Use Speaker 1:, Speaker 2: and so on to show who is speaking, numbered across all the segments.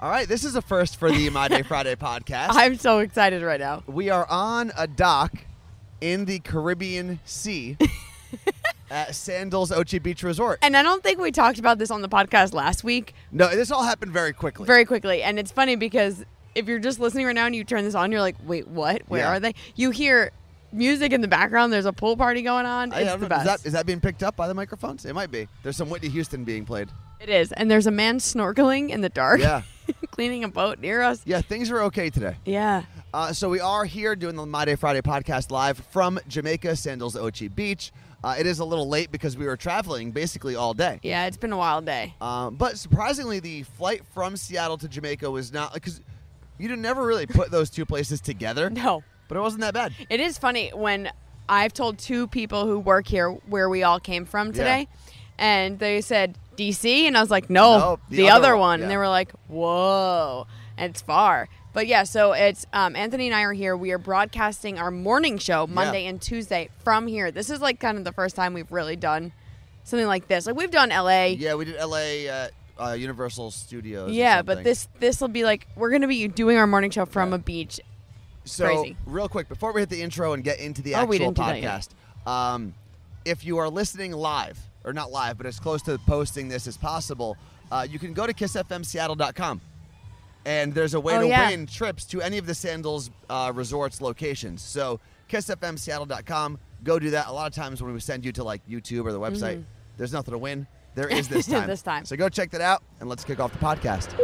Speaker 1: All right, this is a first for the My Day Friday podcast.
Speaker 2: I'm so excited right now.
Speaker 1: we are on a dock in the Caribbean Sea at Sandals Ochi Beach Resort.
Speaker 2: And I don't think we talked about this on the podcast last week
Speaker 1: No, this all happened very quickly.
Speaker 2: very quickly. And it's funny because if you're just listening right now and you turn this on, you're like, wait, what? Where
Speaker 1: Yeah.
Speaker 2: are they? You hear music in the background. There's a pool party going on.
Speaker 1: I- I
Speaker 2: It's
Speaker 1: don't
Speaker 2: the
Speaker 1: know, is
Speaker 2: best.
Speaker 1: that- is that being picked up by the microphones? It might be. There's some Whitney Houston being played.
Speaker 2: it is. And there's a man snorkeling in the dark,
Speaker 1: Yeah.
Speaker 2: cleaning a boat near us.
Speaker 1: Yeah, things are okay today.
Speaker 2: Yeah.
Speaker 1: Uh, so we are here doing the My Day Friday podcast live from Jamaica, Sandals Ochi Beach. Uh, it is a little late because we were traveling basically all day.
Speaker 2: Yeah, it's been a wild day.
Speaker 1: Um, but surprisingly, the flight from Seattle to Jamaica was not because you did never really put those two places together.
Speaker 2: No.
Speaker 1: But it wasn't that bad.
Speaker 2: It is funny when I've told two people who work here where we all came from today, and they said DC, and I was like, no,
Speaker 1: No,
Speaker 2: the, other, one.
Speaker 1: yeah.
Speaker 2: And they were like, whoa, and it's far. But yeah, so it's um, Anthony and I are here. We are broadcasting our morning show Monday and Tuesday from here. This is like kind of the first time we've really done something like this. Like we've done LA, yeah,
Speaker 1: Yeah, we did LA uh, uh, Universal Studios. or
Speaker 2: but
Speaker 1: something.
Speaker 2: this this will be like we're gonna be doing our morning show from
Speaker 1: Yeah.
Speaker 2: a beach.
Speaker 1: So,
Speaker 2: Crazy.
Speaker 1: real quick, before we hit the intro and get into the
Speaker 2: Oh,
Speaker 1: actual
Speaker 2: we didn't do that
Speaker 1: podcast, um, if you are listening live, or not live, but as close to posting this as possible, uh, you can go to kissfmseattle.com. And there's a way
Speaker 2: Oh,
Speaker 1: to
Speaker 2: yeah.
Speaker 1: win trips to any of the Sandals uh, Resorts locations. So, kissfmseattle.com, go do that. A lot of times when we send you to like YouTube or the website, there's nothing to win. There is this time.
Speaker 2: Mm-hmm. This time.
Speaker 1: So, go check that out and let's kick off the podcast.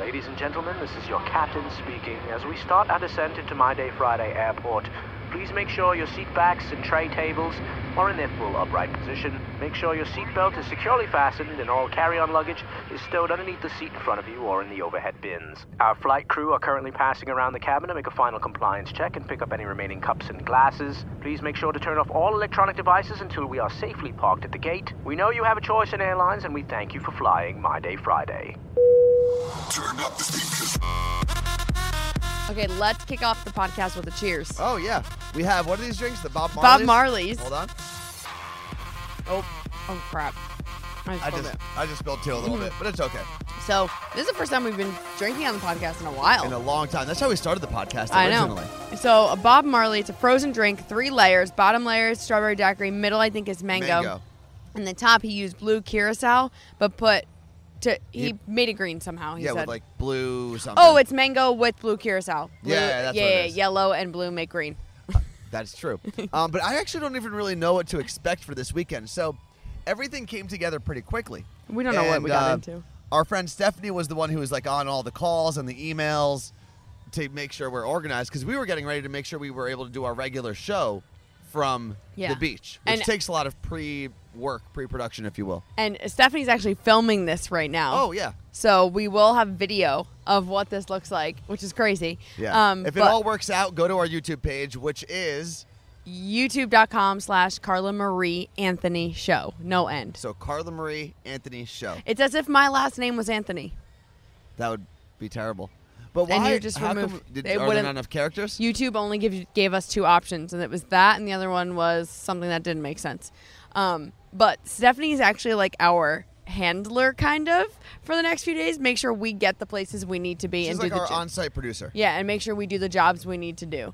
Speaker 3: Ladies and gentlemen, this is your captain speaking. As we start our descent into My Day Friday Airport, please make sure your seat backs and tray tables are in their full upright position. Make sure your seat belt is securely fastened and all carry-on luggage is stowed underneath the seat in front of you or in the overhead bins. Our flight crew are currently passing around the cabin to make a final compliance check and pick up any remaining cups and glasses. Please make sure to turn off all electronic devices until we are safely parked at the gate. We know you have a choice in airlines and we thank you for flying My Day Friday.
Speaker 2: Okay, let's kick off the podcast with a cheers.
Speaker 1: Oh, yeah. We have what are these drinks? The Bob Marley's?
Speaker 2: Bob Marley's.
Speaker 1: Hold on.
Speaker 2: Oh, oh crap. I
Speaker 1: I
Speaker 2: spilled
Speaker 1: just
Speaker 2: it. Mm.
Speaker 1: I just spilled tea a little bit, but it's okay.
Speaker 2: So this is the first time we've been drinking on the podcast in a while.
Speaker 1: In a long time. That's how we started the podcast
Speaker 2: I
Speaker 1: originally.
Speaker 2: know. So a Bob Marley, it's a frozen drink, three layers. Bottom layer is strawberry daiquiri. Middle, I think, is mango.
Speaker 1: Mango.
Speaker 2: And the top, he used blue curacao, but put to he,
Speaker 1: He-
Speaker 2: made it green somehow. He
Speaker 1: Yeah,
Speaker 2: said.
Speaker 1: with like blue something.
Speaker 2: oh, it's mango with blue curacao. Blue-
Speaker 1: Yeah, that's
Speaker 2: yeah,
Speaker 1: what it
Speaker 2: yeah,
Speaker 1: is.
Speaker 2: yellow and blue make green.
Speaker 1: That's true. um, but I actually don't even really know what to expect for this weekend. So everything came together pretty quickly. uh,
Speaker 2: We don't know what we got into.
Speaker 1: Our friend Stephanie was the one who was like on all the calls and the emails to make sure we're organized because we were getting ready to make sure we were able to do our regular show from
Speaker 2: Yeah.
Speaker 1: the beach, which
Speaker 2: And-
Speaker 1: takes a lot of pre-work, pre-production, if you will.
Speaker 2: And Stephanie's actually filming this right now.
Speaker 1: Oh yeah,
Speaker 2: So we will have video of what this looks like, which is crazy.
Speaker 1: yeah.
Speaker 2: Um,
Speaker 1: if it
Speaker 2: but-
Speaker 1: all works out, go to our YouTube page, which is
Speaker 2: youtube.com slash carla marie anthony show no end
Speaker 1: So Carla Marie Anthony show.
Speaker 2: it's as if my last name was anthony
Speaker 1: That would be terrible. But why?
Speaker 2: And you just
Speaker 1: how come-
Speaker 2: remove-
Speaker 1: did,
Speaker 2: they
Speaker 1: are there
Speaker 2: wouldn't-
Speaker 1: not enough characters?
Speaker 2: youtube only give, gave us two options and it was that and the other one was something that didn't make sense um, but stephanie's actually like our handler kind of for the next few days make sure we get the places we need to be
Speaker 1: She's
Speaker 2: and
Speaker 1: like
Speaker 2: do the
Speaker 1: our
Speaker 2: jo-
Speaker 1: on-site producer.
Speaker 2: yeah and make sure we do the jobs we need to do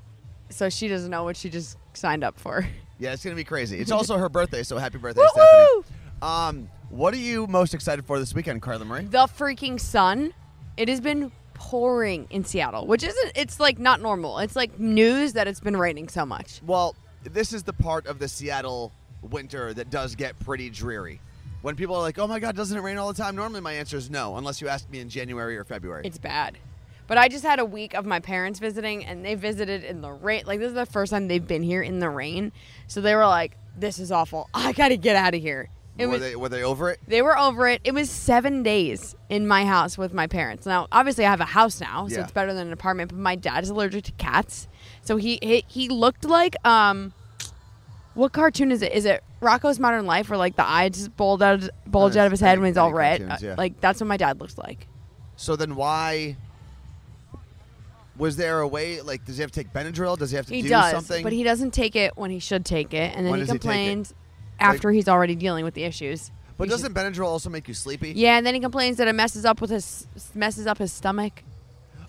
Speaker 2: so she doesn't know what she just signed up for
Speaker 1: Yeah, it's gonna be crazy. It's also her birthday, so happy birthday,
Speaker 2: Woohoo!
Speaker 1: Stephanie. Um, what are you most excited for this weekend, Carla Marie?
Speaker 2: the freaking sun. It has been pouring in Seattle, which isn't, it's like not normal. It's like news that it's been raining so much.
Speaker 1: Well, this is the part of the Seattle winter that does get pretty dreary. When people are like, "Oh my God, doesn't it rain all the time?" Normally, my answer is no, unless you ask me in January or February.
Speaker 2: It's bad. But I just had a week of my parents visiting and they visited in the rain. Like, this is the first time they've been here in the rain. So they were like, this is awful. I got to get out of here. It
Speaker 1: were
Speaker 2: was,
Speaker 1: they were they over it?
Speaker 2: they were over it. It was seven days in my house with my parents. Now, obviously, I have a house now, so
Speaker 1: Yeah.
Speaker 2: it's better than an apartment. But my dad is allergic to cats, so he he, he looked like um, what cartoon is it? Is it Rocco's Modern Life, where like the eyes bulge out bulge out of his head when he's all
Speaker 1: Any
Speaker 2: red?
Speaker 1: cartoons,
Speaker 2: Uh,
Speaker 1: yeah.
Speaker 2: Like that's what my dad looks like.
Speaker 1: So then, why? Was there a way? Like, does he have to take Benadryl? Does he have to
Speaker 2: He
Speaker 1: do
Speaker 2: does,
Speaker 1: something?
Speaker 2: but he doesn't take it when he should take it, and then
Speaker 1: When
Speaker 2: he
Speaker 1: does he take it?
Speaker 2: complains after he's already dealing with the issues.
Speaker 1: But
Speaker 2: You
Speaker 1: doesn't
Speaker 2: should-
Speaker 1: Benadryl also make you sleepy?
Speaker 2: Yeah, and then he complains that it messes up with his messes up his stomach.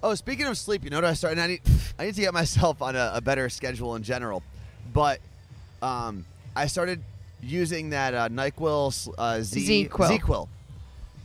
Speaker 1: Oh, speaking of sleep, you know what I started? I need, I need to get myself on a, a better schedule in general, but um, I started using that uh, Nyquil uh, Z
Speaker 2: ZQuil.
Speaker 1: ZQuil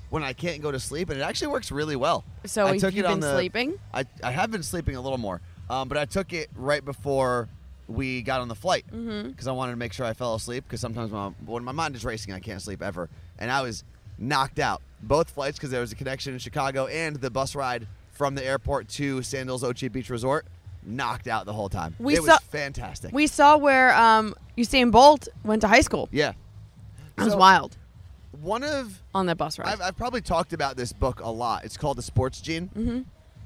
Speaker 1: when I can't go to sleep, and it actually works really well.
Speaker 2: So
Speaker 1: I
Speaker 2: if
Speaker 1: took
Speaker 2: you've
Speaker 1: it on
Speaker 2: been
Speaker 1: the,
Speaker 2: sleeping?
Speaker 1: I, I have been sleeping a little more, um, but I took it right before we got on the flight because
Speaker 2: Mm-hmm.
Speaker 1: I wanted to make sure I fell asleep because sometimes my, when my mind is racing, I can't sleep ever. And I was knocked out both flights because there was a connection in Chicago and the bus ride from the airport to Sandals Ochi Beach Resort. Knocked out the whole time.
Speaker 2: We
Speaker 1: it
Speaker 2: saw-
Speaker 1: was fantastic.
Speaker 2: We saw where um, Usain Bolt went to high school.
Speaker 1: yeah.
Speaker 2: That was
Speaker 1: So,
Speaker 2: wild
Speaker 1: One of
Speaker 2: on that bus ride.
Speaker 1: I've, I've probably talked about this book a lot. It's called The Sports Gene. Mm-hmm.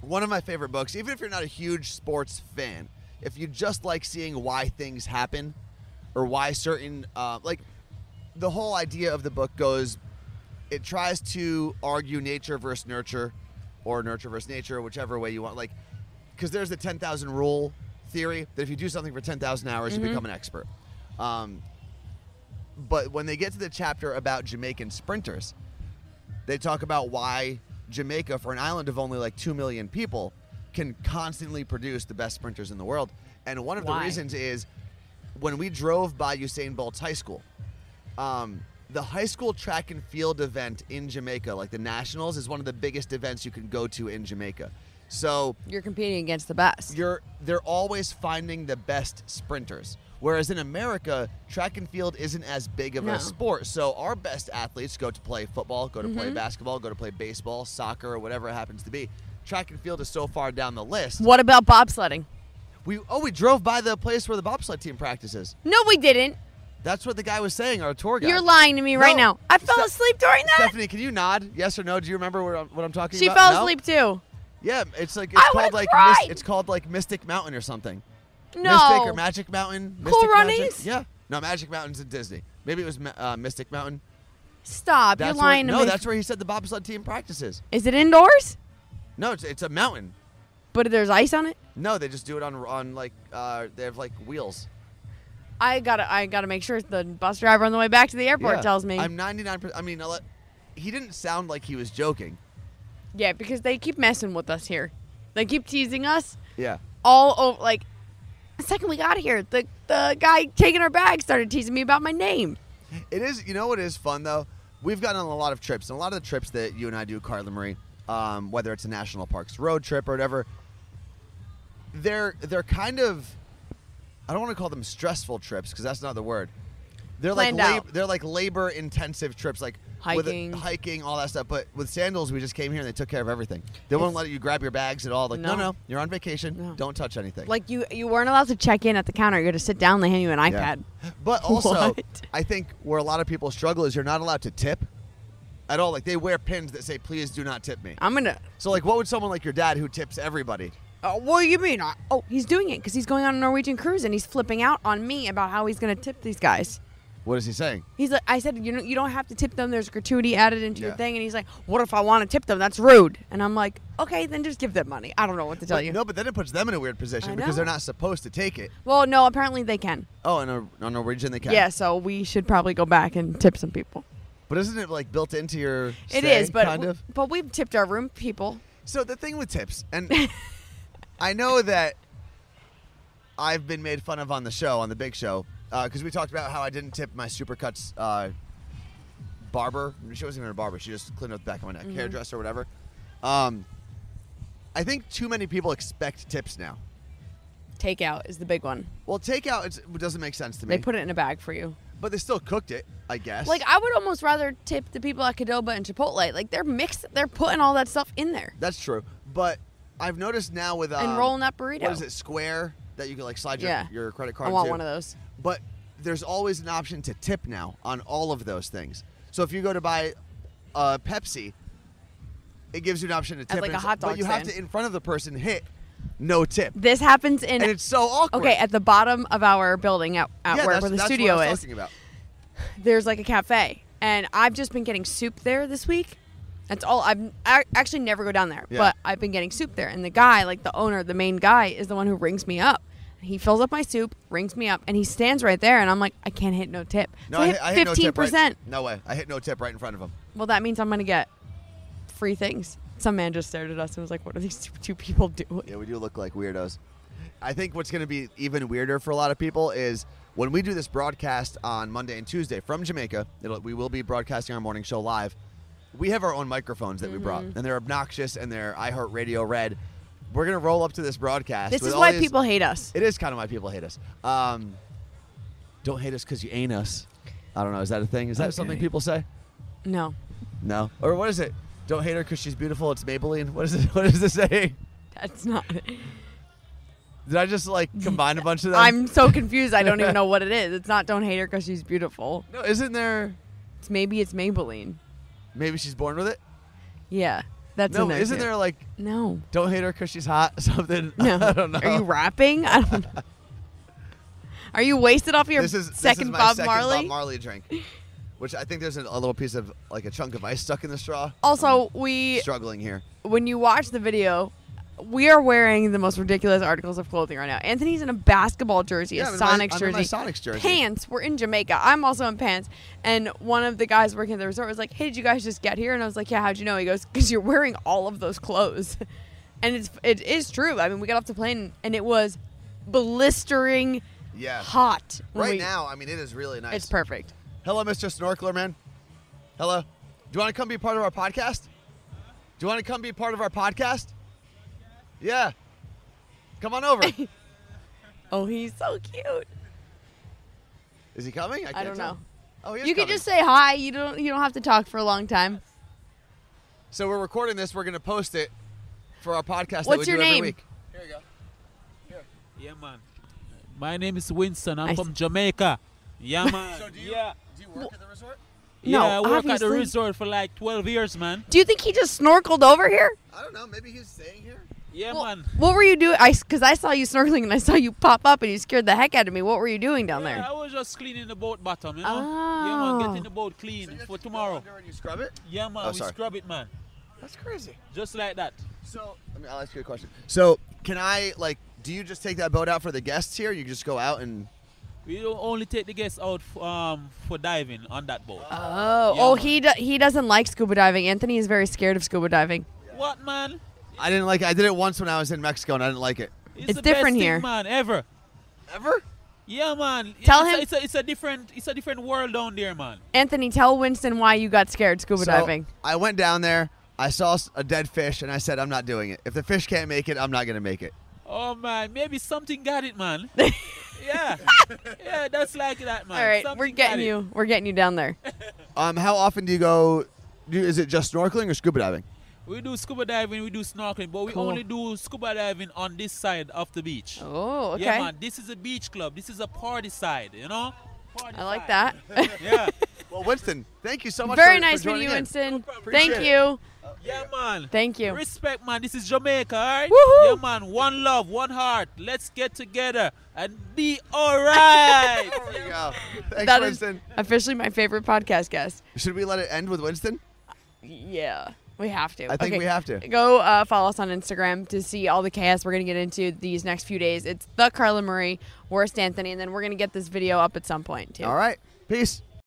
Speaker 1: One of my favorite books, even if you're not a huge sports fan, if you just like seeing why things happen or why certain, uh, like, the whole idea of the book goes, it tries to argue nature versus nurture or nurture versus nature, whichever way you want. Like, because there's the 10,000 rule theory that if you do something for 10,000 hours, you become an expert. Um, but when they get to the chapter about Jamaican sprinters, they talk about why Jamaica, for an island of only like 2 million people, can constantly produce the best sprinters in the world. And one of
Speaker 2: Why?
Speaker 1: the reasons is when we drove by Usain Bolt's high school, um, the high school track and field event in Jamaica, like the Nationals, is one of the biggest events you can go to in Jamaica. So
Speaker 2: You're competing against the best.
Speaker 1: you're they're always finding the best sprinters. Whereas in America, track and field isn't as big of
Speaker 2: No.
Speaker 1: a sport. So our best athletes go to play football, go to play
Speaker 2: Mm-hmm.
Speaker 1: basketball, go to play baseball, soccer, or whatever it happens to be. Track and field is so far down the list.
Speaker 2: What about bobsledding?
Speaker 1: We oh we drove by the place where the bobsled team practices.
Speaker 2: No, we didn't.
Speaker 1: That's what the guy was saying. Our tour guide.
Speaker 2: You're lying to me right
Speaker 1: No.
Speaker 2: now. I fell
Speaker 1: Ste-
Speaker 2: asleep during that.
Speaker 1: Stephanie, can you nod? Yes or no? Do you remember what I'm, what I'm talking
Speaker 2: she
Speaker 1: about?
Speaker 2: fell
Speaker 1: No?
Speaker 2: asleep too.
Speaker 1: Yeah, it's like it's
Speaker 2: I
Speaker 1: called
Speaker 2: would've
Speaker 1: like
Speaker 2: cried.
Speaker 1: it's called like Mystic Mountain or something. Mystic
Speaker 2: No.
Speaker 1: or Magic Mountain.
Speaker 2: Cool
Speaker 1: Mystic Magic-
Speaker 2: Runnings?
Speaker 1: Yeah. No, Magic Mountain's in Disney. Maybe it was Ma- uh, Mystic Mountain.
Speaker 2: Stop.
Speaker 1: That's
Speaker 2: You're lying
Speaker 1: where,
Speaker 2: to
Speaker 1: No,
Speaker 2: me.
Speaker 1: that's where he said the bobsled team practices.
Speaker 2: Is it indoors?
Speaker 1: No, it's, it's a mountain.
Speaker 2: But there's ice on it?
Speaker 1: No, they just do it on on like uh, they have like wheels.
Speaker 2: I gotta I gotta make sure the bus driver on the way back to the airport
Speaker 1: Yeah.
Speaker 2: tells me.
Speaker 1: I'm 99%. I mean, I'll let- he didn't sound like he was joking.
Speaker 2: yeah, because they keep messing with us here. They keep teasing us
Speaker 1: Yeah.
Speaker 2: all over like the second we got here, the the guy taking our bag started teasing me about my name.
Speaker 1: It is. You know what is fun though? We've gotten on a lot of trips, and a lot of the trips that you and I do, Carla Marie, um, whether it's a national parks road trip or whatever, they're they're kind of. I don't want to call them stressful trips because that's not the word. They're
Speaker 2: Planned
Speaker 1: like
Speaker 2: out.
Speaker 1: they're like labor intensive trips, like with it-
Speaker 2: Hiking.
Speaker 1: hiking, all that stuff. But with sandals, we just came here and they took care of everything. They won't let you grab your bags at all. Like no, no,
Speaker 2: No.
Speaker 1: you're on vacation.
Speaker 2: No.
Speaker 1: Don't touch anything.
Speaker 2: Like you you weren't allowed to check in at the counter. You had to sit down, they hand you an iPad.
Speaker 1: Yeah. But also,
Speaker 2: What?
Speaker 1: I think where a lot of people struggle is you're not allowed to tip at all. Like they wear pins that say, "Please do not tip me."
Speaker 2: I'm gonna
Speaker 1: So, like, what would someone like your dad who tips everybody?
Speaker 2: Oh, what do you mean? I- Oh, he's doing it because he's going on a Norwegian cruise and he's flipping out on me about how he's going to tip these guys.
Speaker 1: What is he saying?
Speaker 2: He's like, I said, you know, you don't have to tip them. There's gratuity added into
Speaker 1: Yeah.
Speaker 2: your thing, and he's like, what if I want to tip them? That's rude. And I'm like, okay, then just give them money. I don't know what to tell
Speaker 1: But-
Speaker 2: you.
Speaker 1: No, but then it puts them in a weird position
Speaker 2: I
Speaker 1: because they're
Speaker 2: know.
Speaker 1: not supposed to take it.
Speaker 2: Well, no, apparently they can.
Speaker 1: Oh, and on on Norwegian they can.
Speaker 2: Yeah, so we should probably go back and tip some people.
Speaker 1: But isn't it like built into your?
Speaker 2: it
Speaker 1: stay,
Speaker 2: is, but
Speaker 1: kind of.
Speaker 2: but we've tipped our room people.
Speaker 1: So the thing with tips, and I know that I've been made fun of on the show, on the big show, because we talked about how I didn't tip my supercuts uh, barber. She wasn't even a barber; she just cleaned up the back of my
Speaker 2: Mm-hmm.
Speaker 1: neck, hairdresser, whatever. Um, I think too many people expect tips now.
Speaker 2: Takeout is the big one.
Speaker 1: Well, takeout it's, it doesn't make sense to me,
Speaker 2: They put it in a bag for you.
Speaker 1: but they still cooked it, I guess.
Speaker 2: Like I would almost rather tip the people at Cadoba and Chipotle. Like they're mixed. They're putting all that stuff in there.
Speaker 1: that's true, but I've noticed now with um,
Speaker 2: And rolling that burrito.
Speaker 1: What is it? Square that you can like slide your,
Speaker 2: Yeah.
Speaker 1: your credit card.
Speaker 2: I want
Speaker 1: into.
Speaker 2: one of those.
Speaker 1: but there's always an option to tip now on all of those things. So if you go to buy a Pepsi, it gives you an option to tip.
Speaker 2: like
Speaker 1: and
Speaker 2: a hot
Speaker 1: But
Speaker 2: dog
Speaker 1: you have
Speaker 2: stand.
Speaker 1: to, in front of the person, hit no tip.
Speaker 2: This happens in
Speaker 1: And it's so awkward.
Speaker 2: okay at the bottom of our building at, at
Speaker 1: yeah,
Speaker 2: where,
Speaker 1: that's,
Speaker 2: where the
Speaker 1: that's
Speaker 2: studio
Speaker 1: what I was
Speaker 2: is.
Speaker 1: talking about.
Speaker 2: There's like a cafe, and I've just been getting soup there this week. That's all. I've I actually never go down there,
Speaker 1: Yeah.
Speaker 2: but I've been getting soup there, and the guy, like the owner, the main guy, is the one who rings me up. He fills up my soup, rings me up, and he stands right there, and I'm like, I can't hit no tip.
Speaker 1: No,
Speaker 2: so I
Speaker 1: I,
Speaker 2: hit
Speaker 1: hit, I hit no
Speaker 2: fifteen
Speaker 1: tip. Right,
Speaker 2: percent.
Speaker 1: no way. I hit no tip right in front of him.
Speaker 2: Well, that means I'm gonna get free things. Some man just stared at us and was like, "What are these two- two people doing?"
Speaker 1: Yeah, we do look like weirdos. I think what's going to be even weirder for a lot of people is when we do this broadcast on Monday and Tuesday from Jamaica. It'll, we will be broadcasting our morning show live. We have our own microphones that we brought,
Speaker 2: Mm-hmm.
Speaker 1: and they're obnoxious and they're iHeartRadio red. We're going to roll up to this broadcast.
Speaker 2: This
Speaker 1: with
Speaker 2: is
Speaker 1: all
Speaker 2: why
Speaker 1: these-
Speaker 2: people hate us.
Speaker 1: It is kind of why people hate us. Um, don't hate us because you ain't us. I don't know. Is that a thing? Is that something
Speaker 2: Okay.
Speaker 1: people say?
Speaker 2: No,
Speaker 1: No. Or what is it? Don't hate her because she's beautiful. It's Maybelline. What is it? What is the saying?
Speaker 2: that's not. It.
Speaker 1: Did I just like combine a bunch of them?
Speaker 2: I'm so confused. I don't even know what it is. It's not "Don't hate her because she's beautiful."
Speaker 1: No, isn't there?
Speaker 2: It's maybe it's Maybelline.
Speaker 1: Maybe she's born with it.
Speaker 2: Yeah, that's
Speaker 1: no,
Speaker 2: in there
Speaker 1: isn't
Speaker 2: too.
Speaker 1: there like
Speaker 2: No,
Speaker 1: don't hate her because she's hot? Something.
Speaker 2: no.
Speaker 1: I don't know.
Speaker 2: Are you rapping? I don't. know. Are you wasted off your
Speaker 1: this is this
Speaker 2: second
Speaker 1: is my
Speaker 2: Bob
Speaker 1: second
Speaker 2: Marley?
Speaker 1: Bob Marley drink, which I think there's an, a little piece of like a chunk of ice stuck in the straw.
Speaker 2: also, we
Speaker 1: Struggling here.
Speaker 2: when you watch the video, we are wearing the most ridiculous articles of clothing right now. Anthony's in a basketball jersey,
Speaker 1: Yeah, I'm
Speaker 2: a
Speaker 1: in my-
Speaker 2: Sonics
Speaker 1: I'm
Speaker 2: jersey,
Speaker 1: in my Sonics jersey.
Speaker 2: pants. We're in Jamaica. I'm also in pants. And one of the guys working at the resort was like, "Hey, did you guys just get here?" And I was like, "Yeah." How'd you know? He goes, "Cause you're wearing all of those clothes." And it's it is true. I mean, we got off the plane and it was blistering
Speaker 1: Yeah.
Speaker 2: hot. when
Speaker 1: Right
Speaker 2: we-
Speaker 1: now, I mean, it is really nice.
Speaker 2: it's perfect.
Speaker 1: Hello, Mr. Snorkeler Man. Hello. Do you want to come be part of our podcast? Do you want to come be part of our podcast? Yeah. Come on over.
Speaker 2: Oh, he's so cute.
Speaker 1: is he coming? I, can't
Speaker 2: don't
Speaker 1: tell.
Speaker 2: know.
Speaker 1: Oh, he is
Speaker 2: You can
Speaker 1: coming.
Speaker 2: just say hi. You don't you don't have to talk for a long time.
Speaker 1: So we're recording this. We're going to post it for our podcast. that
Speaker 2: What's
Speaker 1: we
Speaker 2: your
Speaker 1: do every
Speaker 2: name?
Speaker 1: week.
Speaker 4: Yeah, man. My name is Winston. I'm
Speaker 2: I
Speaker 4: from
Speaker 2: s-
Speaker 4: Jamaica. Yeah, man. Uh, yeah.
Speaker 1: Do you work at the resort?
Speaker 4: Yeah,
Speaker 2: No,
Speaker 4: I work at the
Speaker 2: obviously.
Speaker 4: resort for like 12 years, man.
Speaker 2: Do you think he just snorkeled over here?
Speaker 1: I don't know. Maybe he's staying here.
Speaker 4: Yeah,
Speaker 2: Well,
Speaker 4: man.
Speaker 2: What were you doing? I because I saw you snorkeling and I saw you pop up and you scared the heck out of me. What were you doing down
Speaker 4: Yeah,
Speaker 2: there?
Speaker 4: I was just cleaning the boat bottom, you know? Yeah, man,
Speaker 2: Oh.
Speaker 4: getting the boat clean for tomorrow.
Speaker 1: And you scrub it?
Speaker 4: Yeah, man,
Speaker 1: Oh,
Speaker 4: we
Speaker 1: sorry.
Speaker 4: scrub it, man.
Speaker 1: That's crazy.
Speaker 4: Just like that.
Speaker 1: So I mean, I'll ask you a question. So can I like? Do you just take that boat out for the guests here? You just go out and
Speaker 4: We don't only take the guests out f- um, for diving on that boat.
Speaker 2: Oh,
Speaker 4: Yeah,
Speaker 2: oh,
Speaker 4: man.
Speaker 2: he do, he doesn't like scuba diving. Anthony is very scared of scuba diving.
Speaker 4: What, man?
Speaker 1: I didn't like. It. I did it once when I was in Mexico and I didn't like it.
Speaker 2: It's
Speaker 4: the
Speaker 2: different
Speaker 4: best
Speaker 2: here.
Speaker 4: thing, man, ever.
Speaker 1: Ever?
Speaker 4: Yeah, man.
Speaker 2: Tell
Speaker 4: it's
Speaker 2: him-
Speaker 4: A, it's, a, it's a different. It's a different world down there, man.
Speaker 2: Anthony, tell Winston why you got scared scuba
Speaker 1: So,
Speaker 2: diving.
Speaker 1: I went down there. I saw s- a dead fish, and I said, "I'm not doing it. If the fish can't make it, I'm not gonna make it."
Speaker 4: Oh man, maybe something got it, man. yeah, yeah, that's like that, man.
Speaker 2: All right, we're
Speaker 4: Something got
Speaker 2: getting
Speaker 4: it.
Speaker 2: you. We're getting you down there.
Speaker 1: Um, how often do you go? Do, is it just snorkeling or scuba diving?
Speaker 4: We do scuba diving, we do snorkeling, but we
Speaker 2: Cool.
Speaker 4: only do scuba diving on this side of the beach.
Speaker 2: Oh, okay.
Speaker 4: Yeah, man. This is a beach club. This is a party side, you know. Party
Speaker 2: I like
Speaker 4: side.
Speaker 2: that.
Speaker 4: Yeah,
Speaker 1: Well, Winston, thank you so much.
Speaker 2: very
Speaker 1: for,
Speaker 2: nice
Speaker 1: for joining
Speaker 2: meeting you,
Speaker 1: in.
Speaker 2: Winston.
Speaker 4: problem.
Speaker 2: Thank
Speaker 1: Appreciate
Speaker 2: you.
Speaker 4: yeah, man.
Speaker 2: Thank you.
Speaker 4: Respect, man. This is Jamaica, all right?
Speaker 2: Woohoo!
Speaker 4: Yeah, man. One love, one heart. Let's get together and be all right.
Speaker 1: There you go. Thanks,
Speaker 2: That is
Speaker 1: Winston.
Speaker 2: officially my favorite podcast guest.
Speaker 1: Should we let it end with Winston?
Speaker 2: Yeah, we have to.
Speaker 1: I think we have to.
Speaker 2: Go uh, follow us on Instagram to see all the chaos we're going to get into these next few days. It's the Carla Marie, worst Anthony, and then we're going to get this video up at some point too.
Speaker 1: All right. Peace.